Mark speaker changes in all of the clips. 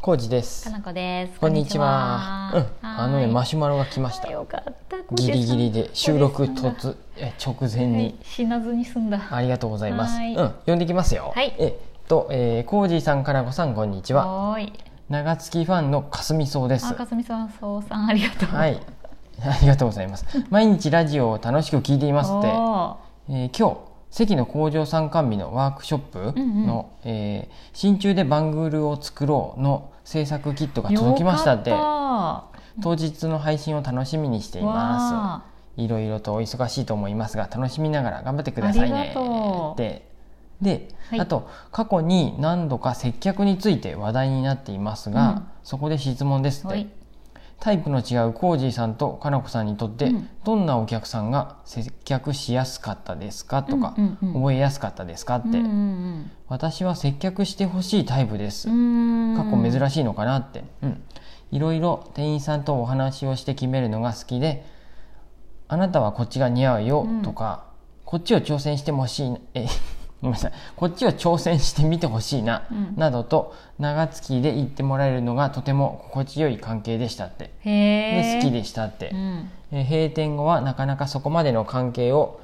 Speaker 1: コウジです
Speaker 2: か。なこです。
Speaker 1: こんにちは。うん、あのね、マ
Speaker 2: シ
Speaker 1: シュマロが来ました。
Speaker 2: よかった。
Speaker 1: ギリギリで収録
Speaker 2: 突
Speaker 1: 突え直前に
Speaker 2: 死なずに済んだ。
Speaker 1: ありがとうございます。
Speaker 2: は
Speaker 1: う
Speaker 2: い
Speaker 1: ん、読んできますよ。
Speaker 2: はい
Speaker 1: えっと、えー、コウジさんからごさんこんにちは。
Speaker 2: はーい。
Speaker 1: 長月ファンのかすみそうです。
Speaker 2: あ、かすみさん、そうさん、ありがとう。
Speaker 1: はい。 ありがとうございます。毎日ラジオを楽しく聞いていますって。
Speaker 2: お
Speaker 1: えー今日関の工場参観日のワークショップの「えー真鍮でバングルを作ろう」の制作キットが
Speaker 2: ー。
Speaker 1: 届きましたって
Speaker 2: よかっ
Speaker 1: 当日の配信を楽しみにしてい
Speaker 2: た。
Speaker 1: ま
Speaker 2: わ
Speaker 1: すいろいろとお忙しいと思いますが楽しみながら頑張ってください
Speaker 2: あ
Speaker 1: ね
Speaker 2: りがとう
Speaker 1: でで、
Speaker 2: はい
Speaker 1: あと過去に何度か接客について話題になっていますが、
Speaker 2: うん
Speaker 1: そこで質問です
Speaker 2: ー。
Speaker 1: っ
Speaker 2: は
Speaker 1: て
Speaker 2: い。
Speaker 1: タイプの違うコージーさんとかなこさんにとって、
Speaker 2: うん
Speaker 1: どんなお客さんが接客しやすかったですかとか、
Speaker 2: うんうんうん
Speaker 1: 覚えやすかったですかって、
Speaker 2: うんうん
Speaker 1: 私は接客してほしいタイプです、
Speaker 2: うん。
Speaker 1: 過去
Speaker 2: しい。
Speaker 1: 珍しいのかなって、うん、いろいろ店員さんとお話をして決めるのが好きで「あなたはこっちが似合うよ」とか、こっちを挑戦してほしい えごめんなさいこっちを挑戦してみてほしいな、
Speaker 2: うん
Speaker 1: などと長月で言ってもらえるのがとても心地よい関係でしたって。
Speaker 2: へ
Speaker 1: で
Speaker 2: え。
Speaker 1: 好き。でしたって
Speaker 2: う、ん。
Speaker 1: えー閉店後はなかなかそこまでの関係を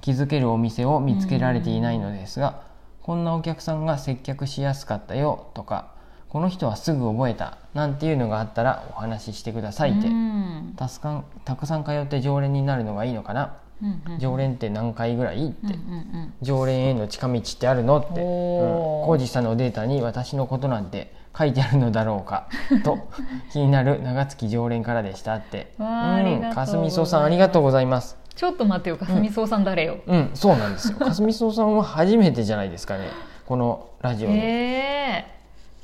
Speaker 1: 築けるお店を見つけられていないのですが、こんなお客さんが接客しやすかったよとかこの人はすぐ覚えたなんていうのがあったらお話ししてくださいって、
Speaker 2: うん。
Speaker 1: たすかんたくさん通って常連になるのがいいのかな、
Speaker 2: うんうん。
Speaker 1: 常連って何回ぐらいって、
Speaker 2: うんうん
Speaker 1: 常連への近道ってあるのって
Speaker 2: お
Speaker 1: 浩二、う
Speaker 2: ー
Speaker 1: ん、浩二さんのデータに私のことなんて書いてあるのだろうかと 気になる長月常連からでしたって
Speaker 2: わーありがとうござい
Speaker 1: か
Speaker 2: ます
Speaker 1: すみそうさんありがとうございます
Speaker 2: うん。ちょっと待ってよ、かすみそうさん、誰よ。
Speaker 1: うんそうなん ですよかすみそうさんは初めてじゃないですかねこのラジオに、
Speaker 2: へえ。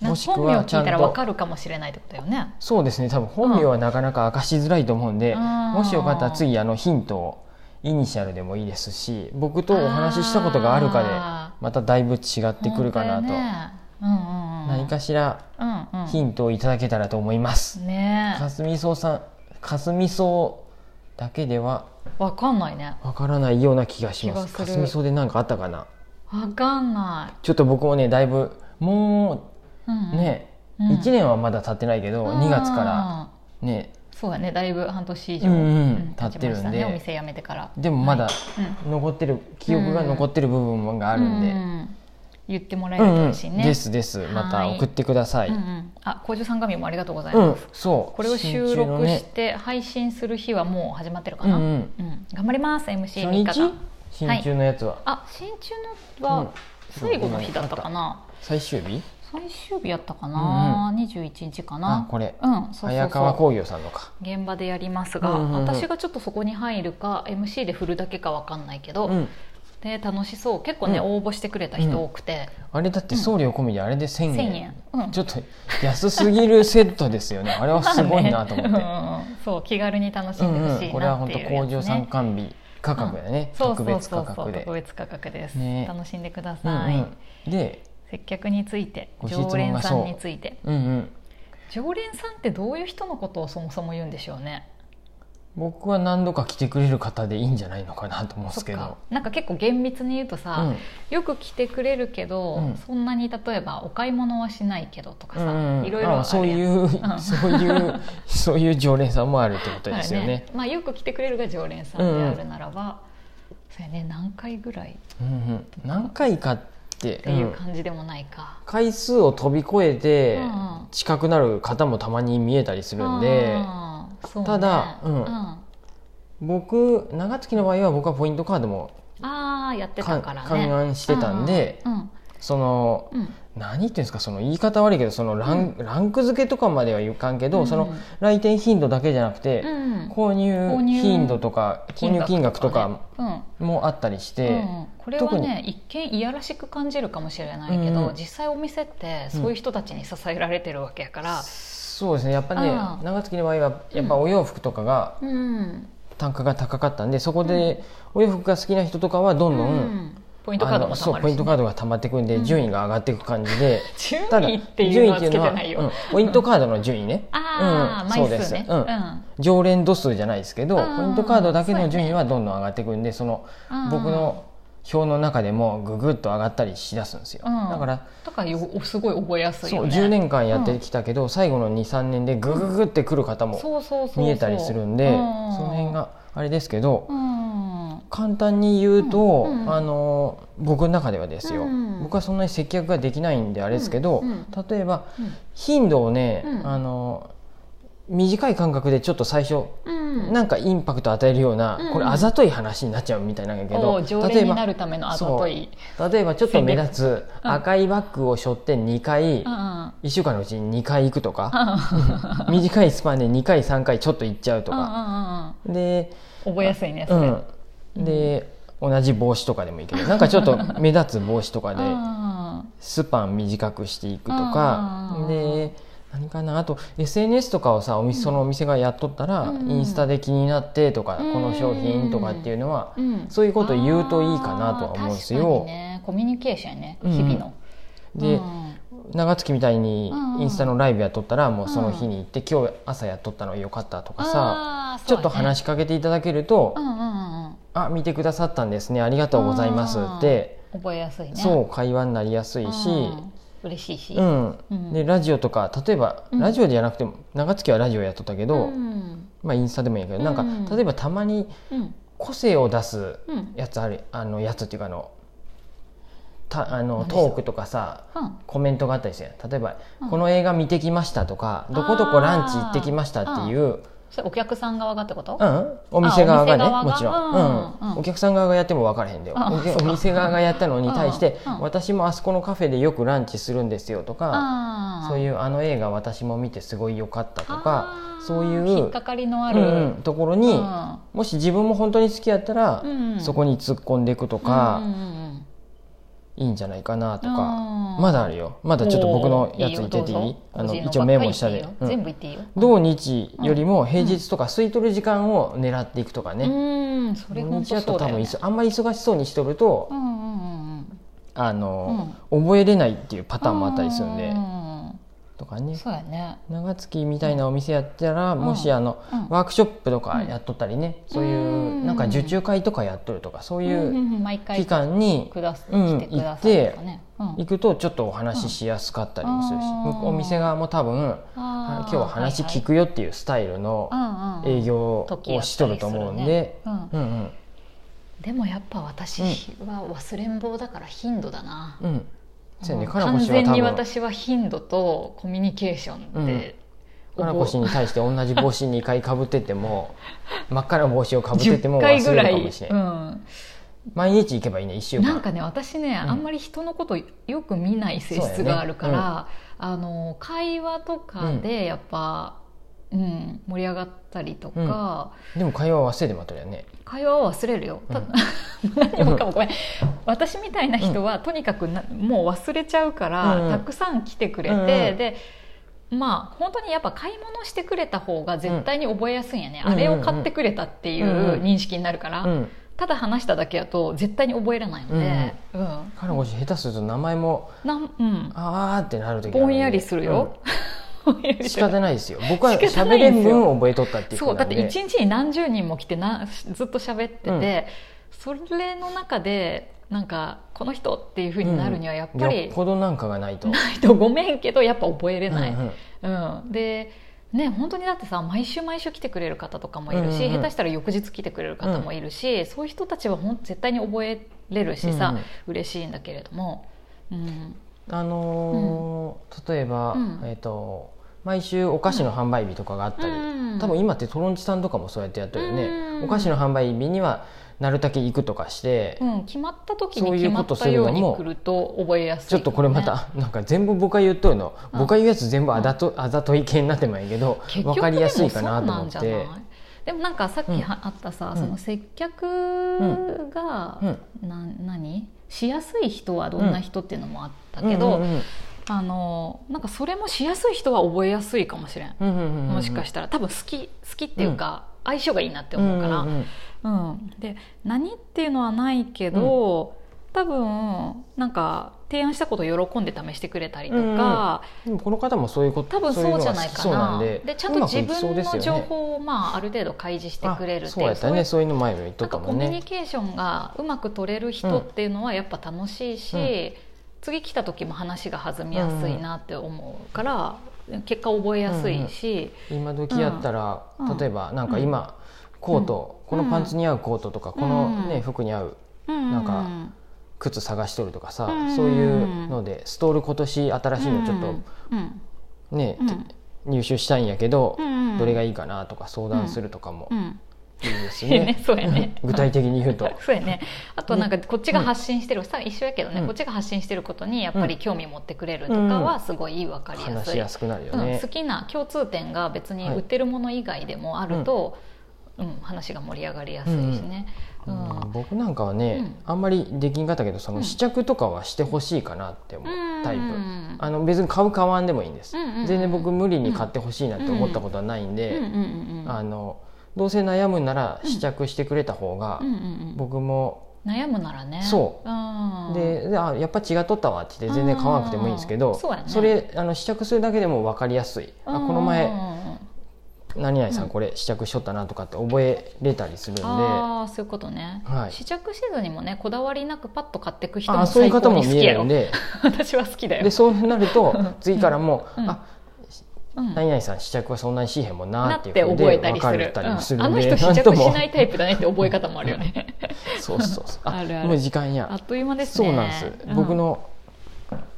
Speaker 2: な
Speaker 1: もしくは
Speaker 2: 本名聞いた
Speaker 1: ちゃ
Speaker 2: ら
Speaker 1: んと
Speaker 2: わかるかもしれないってことよね。
Speaker 1: そうですね多分本名はなかなか明かしづらいと思うんで、
Speaker 2: うん
Speaker 1: もしよかったら次あのヒントをイニシャルでもいいですし僕とお話ししたことがあるかで
Speaker 2: あ
Speaker 1: まただいぶ違ってくるかなと、
Speaker 2: 本当よねうんうんうん、
Speaker 1: 何かしら
Speaker 2: うんうん
Speaker 1: ヒントをいただけたらと思います。
Speaker 2: ね
Speaker 1: かすみそうさん、かすみそうだけでは
Speaker 2: えわかんないね
Speaker 1: わからないような気がします。
Speaker 2: 気が
Speaker 1: か
Speaker 2: する
Speaker 1: すみそうで何かあったかな。
Speaker 2: わかんな
Speaker 1: ちょっと僕もね、だいぶも
Speaker 2: い、うんう、
Speaker 1: うんね、
Speaker 2: うん
Speaker 1: 1年はまだ経ってないけど、2月から
Speaker 2: ら
Speaker 1: ね、
Speaker 2: そうだねだいぶ半年以上、
Speaker 1: うんうん
Speaker 2: 経ちました
Speaker 1: 経ってるんで
Speaker 2: ねお店辞めてから
Speaker 1: でもまだ
Speaker 2: うん
Speaker 1: 残ってる記憶が残ってる部分があるんで
Speaker 2: う、ん言ってもらえ
Speaker 1: う
Speaker 2: る
Speaker 1: ん
Speaker 2: と
Speaker 1: うん
Speaker 2: 嬉しいね、
Speaker 1: ですです。また送ってください。
Speaker 2: うんうん、あ工場さん紙もありがとうございうま
Speaker 1: ん
Speaker 2: す、、
Speaker 1: そう。
Speaker 2: これを収
Speaker 1: 新中の
Speaker 2: 録し
Speaker 1: ね
Speaker 2: て配信する日はもう始まってるか
Speaker 1: うん
Speaker 2: な、
Speaker 1: うん。
Speaker 2: うん頑張ります
Speaker 1: 初
Speaker 2: MC 三
Speaker 1: 日
Speaker 2: 日
Speaker 1: 新中のやつは
Speaker 2: あ新中のは最後の日だったかな、
Speaker 1: 最終日？
Speaker 2: 最終日やったかな、21日か
Speaker 1: あ
Speaker 2: な、
Speaker 1: これ
Speaker 2: うんそうそうそう
Speaker 1: 早川工業さんのか。
Speaker 2: 現場でやりますが、
Speaker 1: うんうんうん
Speaker 2: 私がちょっとそこに入るか MC で振るだけかわかんないけど、
Speaker 1: うん。
Speaker 2: で楽しそう結構ね、
Speaker 1: うん
Speaker 2: 応募してくれた人多くて、
Speaker 1: あれだって送料込みであれで1000
Speaker 2: 1,000
Speaker 1: 円,、
Speaker 2: 円、うん、
Speaker 1: ちょっと安すぎるセットですよねあれはすごいなと思って、
Speaker 2: まあね うんうんそう気軽に楽し
Speaker 1: うん
Speaker 2: で
Speaker 1: ん
Speaker 2: ほ
Speaker 1: う
Speaker 2: し
Speaker 1: ん、
Speaker 2: い
Speaker 1: これは
Speaker 2: なっ
Speaker 1: 本
Speaker 2: て
Speaker 1: 当
Speaker 2: いうやつ、ね
Speaker 1: 工場参観日価格だね、
Speaker 2: そう
Speaker 1: 特
Speaker 2: そう
Speaker 1: 別価
Speaker 2: そうそう
Speaker 1: 格で
Speaker 2: 特別価格です、
Speaker 1: ね
Speaker 2: 楽しんでくだ
Speaker 1: うん
Speaker 2: さい、
Speaker 1: うん、で、
Speaker 2: 接客について
Speaker 1: ご質問が
Speaker 2: 常連さ
Speaker 1: そうん
Speaker 2: について
Speaker 1: うんうん、
Speaker 2: 常連さんってどういう人のことをそもそも言うんでしょうね
Speaker 1: 僕は何度か来てくれる方でいいんじゃないのかなと思うんですけ
Speaker 2: そっか
Speaker 1: ど、
Speaker 2: なんか結構厳密に言うと
Speaker 1: う
Speaker 2: さ、
Speaker 1: ん
Speaker 2: よく来てくれるけど、
Speaker 1: うん
Speaker 2: そんなに例えばお買い物はしないけどとか
Speaker 1: う
Speaker 2: さ、
Speaker 1: んうん、
Speaker 2: いろいろあるや
Speaker 1: あ
Speaker 2: ん
Speaker 1: そういう、
Speaker 2: ん
Speaker 1: そういうそういう常連さんもあるってこと
Speaker 2: だから
Speaker 1: ですよね
Speaker 2: まあ、よく来てくれるが常連さんであるならば、それね何回ぐらいっ
Speaker 1: うんうん、何回かって
Speaker 2: ていう
Speaker 1: うん
Speaker 2: 感じでもないか、
Speaker 1: 回数を飛び越えて
Speaker 2: うんうん
Speaker 1: 近くなる方もたまに見えたりするんで、
Speaker 2: あーそうね
Speaker 1: ただうん
Speaker 2: あ
Speaker 1: 僕長月の場合は僕はポイントカードも
Speaker 2: あーやって
Speaker 1: か
Speaker 2: た
Speaker 1: ん
Speaker 2: からね
Speaker 1: 勘案してたんで、
Speaker 2: うんうん
Speaker 1: その
Speaker 2: うん
Speaker 1: 何言っていうんですかその言い方悪いけどそのラン,、ランク付けとかまではいかんけど、
Speaker 2: うん
Speaker 1: その来店頻度だけじゃなくて、
Speaker 2: うん
Speaker 1: 購
Speaker 2: 購
Speaker 1: 入
Speaker 2: 入
Speaker 1: 頻度とか購入金額と
Speaker 2: ね
Speaker 1: か
Speaker 2: うん
Speaker 1: もあったりして、
Speaker 2: うんうんこれはね一見いやらしく感じるかもしれないけど、
Speaker 1: うんうん
Speaker 2: 実際お店ってそういう人たちに支えられてるわけやから、
Speaker 1: そうですねやっぱね
Speaker 2: ああ
Speaker 1: 長月の場合はやっぱお洋服とかが
Speaker 2: うん
Speaker 1: 単価が高かったんでそこでお洋服が好きな人とかはどんどん、
Speaker 2: うんポイント
Speaker 1: あ
Speaker 2: カード
Speaker 1: の
Speaker 2: も
Speaker 1: そ
Speaker 2: た
Speaker 1: う
Speaker 2: まる
Speaker 1: ポイ
Speaker 2: し、
Speaker 1: ン
Speaker 2: ね
Speaker 1: ト、カードが溜まってくんで、
Speaker 2: うん
Speaker 1: 順位が上がっていく感じで
Speaker 2: 順位って いうのはつけてな
Speaker 1: 順位ってい
Speaker 2: いよ、
Speaker 1: うのはうんポイントカードの順位ね
Speaker 2: ああ、
Speaker 1: うん
Speaker 2: 枚数
Speaker 1: そう
Speaker 2: ね
Speaker 1: ですうん常連度数じゃないですけど
Speaker 2: うん
Speaker 1: ポイントカードだけの順位はどんどん上がっていくんでその
Speaker 2: うん
Speaker 1: 僕の表の中でもぐぐっと上がったりしだすんですよ、
Speaker 2: うん
Speaker 1: だから
Speaker 2: だからよすごい覚えやすい
Speaker 1: そ
Speaker 2: よ
Speaker 1: う
Speaker 2: ね
Speaker 1: 10年間やってきたけど、最後の23年でぐぐぐってくる方も
Speaker 2: そうそうそうそう
Speaker 1: 見えたりするんで、
Speaker 2: うん
Speaker 1: その辺があれですけど、
Speaker 2: うん
Speaker 1: 簡単に言うと、
Speaker 2: うんうん
Speaker 1: あの僕の中ではですよ、
Speaker 2: うん
Speaker 1: 僕はそんなに接客ができないんであれですけど、
Speaker 2: うんうん
Speaker 1: 例えば
Speaker 2: うん
Speaker 1: 頻度をね、
Speaker 2: うん
Speaker 1: あの短い間隔でちょっと最初
Speaker 2: うん
Speaker 1: なんかインパクト与えるような、
Speaker 2: うん
Speaker 1: これあざとい話になっちゃうみたいなんやけ
Speaker 2: お
Speaker 1: ど
Speaker 2: う常
Speaker 1: 例え
Speaker 2: 連にな
Speaker 1: ば
Speaker 2: るためのあざとい
Speaker 1: 例えばちょっと目立つ
Speaker 2: うん
Speaker 1: 赤いバッグを背負って2回、
Speaker 2: うんうん
Speaker 1: 1週間のうちに2回行くとか、
Speaker 2: うん
Speaker 1: 短いスパンで2回3回ちょっと行っちゃうとか、で
Speaker 2: うんうんうん覚えやすいね
Speaker 1: う
Speaker 2: それ、
Speaker 1: ん、で同じ帽子とかでもいいけどなんかちょっと目立つ帽子とかで
Speaker 2: うん
Speaker 1: スパン短くしていくと
Speaker 2: う
Speaker 1: か
Speaker 2: ん
Speaker 1: で何かなあと SNS とかをさお店そのお店がやっとったら、
Speaker 2: うん
Speaker 1: インスタで気になってとか、
Speaker 2: うん
Speaker 1: この商品とかっていうのは、
Speaker 2: うん
Speaker 1: そういうことを言うといいかなとは思うんですよ
Speaker 2: あー確かにねコミュニケーションやね
Speaker 1: うん
Speaker 2: 日々の、
Speaker 1: で
Speaker 2: うん
Speaker 1: 長月みたいに
Speaker 2: うん
Speaker 1: インスタのライブやっとったらもうその日に行って、今日朝やっとったのよかったとかさ、
Speaker 2: あー
Speaker 1: ちょっと
Speaker 2: そうやね
Speaker 1: 話しかけていただけると、
Speaker 2: うんうんうんうん
Speaker 1: あ見てくださったんですねありがとうございますって、
Speaker 2: 覚えやすいね
Speaker 1: そう会話になりやす
Speaker 2: う
Speaker 1: い
Speaker 2: ん
Speaker 1: し、
Speaker 2: 嬉しいし、
Speaker 1: うん
Speaker 2: うん
Speaker 1: でラジオとか例えば、
Speaker 2: うん
Speaker 1: ラジオじゃなくても長月はラジオやっとったけど、
Speaker 2: うん
Speaker 1: まあ、インスタでもいいけど、なんか
Speaker 2: うん
Speaker 1: 例えばたまに
Speaker 2: うん
Speaker 1: 個性を出す
Speaker 2: うん
Speaker 1: やつあるあのやつっていうかあのたあの
Speaker 2: 何でしょう
Speaker 1: トークとかさ
Speaker 2: うん
Speaker 1: コメントがあったりして例えば、
Speaker 2: うん
Speaker 1: この映画見てきました」とか「どこどこランチ行ってきました」っていう、
Speaker 2: それお客さん側がってこと
Speaker 1: うん、お店側がね
Speaker 2: あお店
Speaker 1: もちろん、
Speaker 2: 側がうん
Speaker 1: う
Speaker 2: うん
Speaker 1: ん、お客さん側がやっても分からへんだよ
Speaker 2: あ
Speaker 1: お客
Speaker 2: そうか
Speaker 1: お店側がやったのに対して
Speaker 2: うんうん
Speaker 1: 私もあそこのカフェでよくランチするんですよとか
Speaker 2: あ
Speaker 1: そう
Speaker 2: う
Speaker 1: いうあの映画私も見てすごい良かったとかそういう
Speaker 2: 引っかかりのある、
Speaker 1: うんうんところに、
Speaker 2: うん
Speaker 1: もし自分も本当に好きやったら、
Speaker 2: うん
Speaker 1: そこに突っ込んでいくと
Speaker 2: うん
Speaker 1: か、
Speaker 2: うんうん
Speaker 1: いいんじゃないかなとか、
Speaker 2: うん
Speaker 1: まだあるよまだちょっと僕のやつ言ってていい
Speaker 2: おーよどうぞ
Speaker 1: あの
Speaker 2: 個人
Speaker 1: 一応メモしたで、
Speaker 2: ばっか
Speaker 1: う
Speaker 2: り
Speaker 1: ん
Speaker 2: 言っていいよ全部言っていいよ
Speaker 1: 土日よりも平日とか空いとる時間を狙っていくとかね、
Speaker 2: うんそれ
Speaker 1: 土
Speaker 2: 本
Speaker 1: 日やと
Speaker 2: 当そう
Speaker 1: 多
Speaker 2: だよ、
Speaker 1: 分
Speaker 2: ね
Speaker 1: い、そあんまり忙しそうにしとると、
Speaker 2: うんうんうんうん
Speaker 1: あの覚えれないっていうパターンもあったりするんで、
Speaker 2: ううん
Speaker 1: とかね
Speaker 2: そうやね
Speaker 1: 長月みたいなお店やったら、
Speaker 2: ん
Speaker 1: もしあの、
Speaker 2: うん
Speaker 1: ワークショップとかやっとったりね、そういうなんか受注会とかやっとるとかそうい
Speaker 2: ん
Speaker 1: う
Speaker 2: うんん毎回
Speaker 1: 期間に
Speaker 2: くだす
Speaker 1: うん
Speaker 2: 来てくださいとかね、うん
Speaker 1: 行くとちょっとお話ししやすかったりもするし、
Speaker 2: うん
Speaker 1: お店側も多分あ今
Speaker 2: あー
Speaker 1: 日は話聞くよっていうスタイルの
Speaker 2: はいはいうんうん
Speaker 1: 営業をしとると思うんで。
Speaker 2: 時やったりするね
Speaker 1: うんうん
Speaker 2: うんでもやっぱ私は忘れん坊だから頻度だな、
Speaker 1: うんそうやね
Speaker 2: もう
Speaker 1: かなこ
Speaker 2: 完
Speaker 1: しは
Speaker 2: 全
Speaker 1: 多
Speaker 2: に
Speaker 1: 分
Speaker 2: 私は頻度とコミュニケーションで、
Speaker 1: かなこしに対して同じ帽子2回かぶってて も真っ赤な帽子をかぶってて
Speaker 2: 10
Speaker 1: も
Speaker 2: 回ぐ
Speaker 1: 忘れ
Speaker 2: ら
Speaker 1: るか
Speaker 2: い、
Speaker 1: もしれない、
Speaker 2: うん、
Speaker 1: 毎日行けばいいね1週間
Speaker 2: なんかね私ね、
Speaker 1: ん
Speaker 2: あんまり人のことよく見ない性質があるから、あの会話とかでやっぱ、うん盛り上がったりとか、
Speaker 1: でも会話は忘れてまっとるよね
Speaker 2: 会話は忘れるよ、た
Speaker 1: うん
Speaker 2: 何もかもごめん私みたいな人は、とにかくなもう忘れちゃうから、
Speaker 1: うん
Speaker 2: たくさん来てくれて、
Speaker 1: うんうん
Speaker 2: でまあ本当にやっぱ買い物してくれた方が絶対に覚えやすいんやね、
Speaker 1: うん
Speaker 2: あれを買ってくれたってい
Speaker 1: うんう
Speaker 2: うん認識になるから、
Speaker 1: うん
Speaker 2: ただ話しただけやと絶対に覚えられないので、うん
Speaker 1: かなこし下手すると名前も
Speaker 2: なんうん、
Speaker 1: あーってなる時ある
Speaker 2: ぼんやりするよ、 ぼんや
Speaker 1: う
Speaker 2: り
Speaker 1: ん
Speaker 2: す
Speaker 1: 仕
Speaker 2: る
Speaker 1: 方ないですよ僕は
Speaker 2: 仕方
Speaker 1: 喋
Speaker 2: ないん
Speaker 1: れ
Speaker 2: ですよ
Speaker 1: ん分覚えとったっていう
Speaker 2: そ
Speaker 1: こ
Speaker 2: う
Speaker 1: と
Speaker 2: だ
Speaker 1: な
Speaker 2: っ
Speaker 1: ん
Speaker 2: て
Speaker 1: で
Speaker 2: 一日に何十人も来てなずっと喋ってて、それの中でなんかこの人っていうふうになるにはやっぱ
Speaker 1: よ
Speaker 2: り
Speaker 1: っ、ぽどなんかがないと
Speaker 2: ないとごめんけどやっぱ覚えれない、
Speaker 1: う
Speaker 2: うん
Speaker 1: うん
Speaker 2: んでね本当にだってさ毎週毎週来てくれる方とかもいるし、
Speaker 1: うんうんうん
Speaker 2: 下手したら翌日来てくれる方もいるし、そういう人たちはほん絶対に覚えれるしさ、
Speaker 1: うんうん
Speaker 2: 嬉しいんだけれども、うん、
Speaker 1: あのー例えば、
Speaker 2: うん
Speaker 1: えっ、と毎週お菓子の販売日とかがあったり、
Speaker 2: うん
Speaker 1: 多分今ってトロンチさんとかもそうやってやってるよね、
Speaker 2: うん
Speaker 1: お菓子の販売日にはなるだけ行くとかして、
Speaker 2: うん、決まった時
Speaker 1: そう
Speaker 2: に
Speaker 1: い
Speaker 2: 決
Speaker 1: う
Speaker 2: ま
Speaker 1: こ
Speaker 2: っ
Speaker 1: と
Speaker 2: た
Speaker 1: する
Speaker 2: よう
Speaker 1: の
Speaker 2: に
Speaker 1: も
Speaker 2: 来ると覚えやすい、
Speaker 1: ちょっとこれまた、なんか全部僕が言っとるの
Speaker 2: うん
Speaker 1: 僕が言うやつ全部あだと、
Speaker 2: う
Speaker 1: あざとい系になってまいけど
Speaker 2: 結
Speaker 1: 分
Speaker 2: 局
Speaker 1: かり
Speaker 2: で
Speaker 1: や
Speaker 2: も
Speaker 1: す
Speaker 2: そう
Speaker 1: いかなと
Speaker 2: な
Speaker 1: 思
Speaker 2: ん
Speaker 1: っ
Speaker 2: じゃ
Speaker 1: て
Speaker 2: ないでもなんかさっきはあったさ、
Speaker 1: うん
Speaker 2: その接客が、
Speaker 1: うん
Speaker 2: な何しやすい人はどんな人っていうのもあったけど、
Speaker 1: うんうん
Speaker 2: あのなんかそれもしやすい人は覚えやすいかもしれん、
Speaker 1: うんうんうんうん
Speaker 2: もしかしたら多分好き好きっていうか、相性がいいなって思うから、
Speaker 1: んんん
Speaker 2: うん、で何っていうのはないけど、多分なんか提案したことを喜んで試してくれたりとか、
Speaker 1: でもこの方もそういうこと
Speaker 2: 多分そうじゃないか
Speaker 1: そういうのが
Speaker 2: な
Speaker 1: 好きそうなんで
Speaker 2: ちゃんと自
Speaker 1: うま
Speaker 2: 分
Speaker 1: くいきそう
Speaker 2: の
Speaker 1: ですよ
Speaker 2: 情
Speaker 1: ね
Speaker 2: 報を、まあ、ある程度開示してくれるっていう
Speaker 1: あそうやったね
Speaker 2: そ
Speaker 1: そういうの前も言っ
Speaker 2: ういうな
Speaker 1: とっ
Speaker 2: ん
Speaker 1: たも
Speaker 2: かコ
Speaker 1: ん
Speaker 2: ミュニ
Speaker 1: ね
Speaker 2: ケーションがうまく取れる人っていうのはやっぱ楽しいし、
Speaker 1: う
Speaker 2: 次来た時も話が弾みやすいなって思うから、結果覚えやすいし、
Speaker 1: 今時やったら、
Speaker 2: うん
Speaker 1: 例えばなんか
Speaker 2: うん
Speaker 1: 今、コート、
Speaker 2: うん
Speaker 1: このパンツに合うコートとか、この
Speaker 2: う
Speaker 1: ね
Speaker 2: ん
Speaker 1: 服に合う
Speaker 2: うん
Speaker 1: なんか靴探しとるとかさ、
Speaker 2: うん
Speaker 1: そういうのでストール今年新しいのちょっ
Speaker 2: うん
Speaker 1: とね、
Speaker 2: うん
Speaker 1: 入手したいんやけど、
Speaker 2: うんうん
Speaker 1: どれがいいかなとか相談するとかも
Speaker 2: うん
Speaker 1: いいです
Speaker 2: いいね
Speaker 1: ね。
Speaker 2: そうやね
Speaker 1: 具体的に言うと。
Speaker 2: そうやね あとなんかこっちが発信してる、さ一緒やけどね、
Speaker 1: うん
Speaker 2: こっちが発信してることにやっぱり興味持ってくれるとか
Speaker 1: うん
Speaker 2: はすごい分かりや
Speaker 1: 話
Speaker 2: す
Speaker 1: し
Speaker 2: い、
Speaker 1: やすくなるよ
Speaker 2: うん
Speaker 1: ね
Speaker 2: 好。きな共通点が別に売ってるもの以外でもあると、うん話が盛り上がりやすいしね。う
Speaker 1: うんん僕なんかはね、
Speaker 2: う
Speaker 1: あんまりできんかったけど、そうの
Speaker 2: ん
Speaker 1: 試着とかはしてほしいかなって思うタイプ
Speaker 2: う。ん
Speaker 1: あの別に買う買わんでもいいんです。
Speaker 2: うんうんうん
Speaker 1: 全然僕無理に買ってほしいなって思ったことはないん
Speaker 2: うんう
Speaker 1: で、
Speaker 2: んうんうん
Speaker 1: あのどうせ悩むなら
Speaker 2: うん
Speaker 1: 試着してくれた方が
Speaker 2: うんうんうん
Speaker 1: 僕も
Speaker 2: 悩むならね
Speaker 1: そ
Speaker 2: うん
Speaker 1: でであやっぱ違っとったわって言って全然買わなくてもいいんですけ
Speaker 2: うん
Speaker 1: ど
Speaker 2: そうやね、
Speaker 1: それあの試着するだけでも分かりやすい。あこの前
Speaker 2: うんうんうん
Speaker 1: 何々さ
Speaker 2: うん
Speaker 1: んこれ試着しとったなとかって覚えれたりするんで、
Speaker 2: ああそういうことね、
Speaker 1: はい
Speaker 2: 試着せずにもねこだわりなくパッと買ってく人
Speaker 1: あ
Speaker 2: も
Speaker 1: そうい
Speaker 2: 最
Speaker 1: う方
Speaker 2: 高
Speaker 1: も
Speaker 2: に好
Speaker 1: 見
Speaker 2: き
Speaker 1: え
Speaker 2: や
Speaker 1: る
Speaker 2: よ
Speaker 1: んで
Speaker 2: 私は好きだよ
Speaker 1: でそうなると次からもう、
Speaker 2: うん
Speaker 1: あ
Speaker 2: うん
Speaker 1: 何々さん試着はそんなにしへんもん
Speaker 2: な
Speaker 1: なっ
Speaker 2: って
Speaker 1: い
Speaker 2: て
Speaker 1: うふう
Speaker 2: 覚え
Speaker 1: で
Speaker 2: た
Speaker 1: 分
Speaker 2: りす
Speaker 1: か
Speaker 2: る
Speaker 1: れたりす
Speaker 2: うん
Speaker 1: る
Speaker 2: あ
Speaker 1: ん
Speaker 2: の
Speaker 1: で、
Speaker 2: 人
Speaker 1: な
Speaker 2: 試
Speaker 1: んと
Speaker 2: 着し
Speaker 1: も
Speaker 2: ないタイプだねって覚え方もある よね
Speaker 1: そうそうそうあ
Speaker 2: あるある
Speaker 1: もう時間や
Speaker 2: あっという間ですね
Speaker 1: そうなんです、
Speaker 2: うん
Speaker 1: 僕の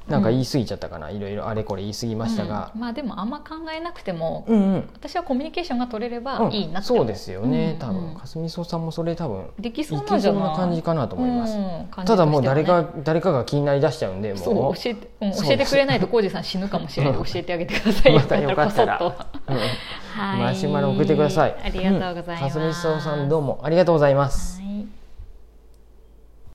Speaker 1: なんか言い過ぎちゃったかないろいろあれこれ言い過ぎましたが
Speaker 2: うん、まあでもあんま考えなくても、
Speaker 1: うんうん
Speaker 2: 私はコミュニケーションが取れれ
Speaker 1: う
Speaker 2: ば
Speaker 1: ん
Speaker 2: いいなって
Speaker 1: そ
Speaker 2: 思
Speaker 1: うですよね、
Speaker 2: うん
Speaker 1: 多分かすみそさんもそれ多分
Speaker 2: でき
Speaker 1: いけ
Speaker 2: そう
Speaker 1: そ
Speaker 2: なんじゃ
Speaker 1: う
Speaker 2: ない
Speaker 1: な感じかなと思います、
Speaker 2: うん感じ
Speaker 1: た
Speaker 2: としてはね
Speaker 1: だもう誰か、誰かが気になりだしちゃうんでも
Speaker 2: そう教えて、うん
Speaker 1: そう
Speaker 2: 教えてくれないと浩二さん死ぬかもしれない
Speaker 1: うん
Speaker 2: 教えてあげてください
Speaker 1: またよかったら
Speaker 2: こそっと
Speaker 1: うん
Speaker 2: はい
Speaker 1: マシュマロ送ってください。
Speaker 2: ありがとうございます、
Speaker 1: んかすみそさんどうもありがとうございます。
Speaker 2: はい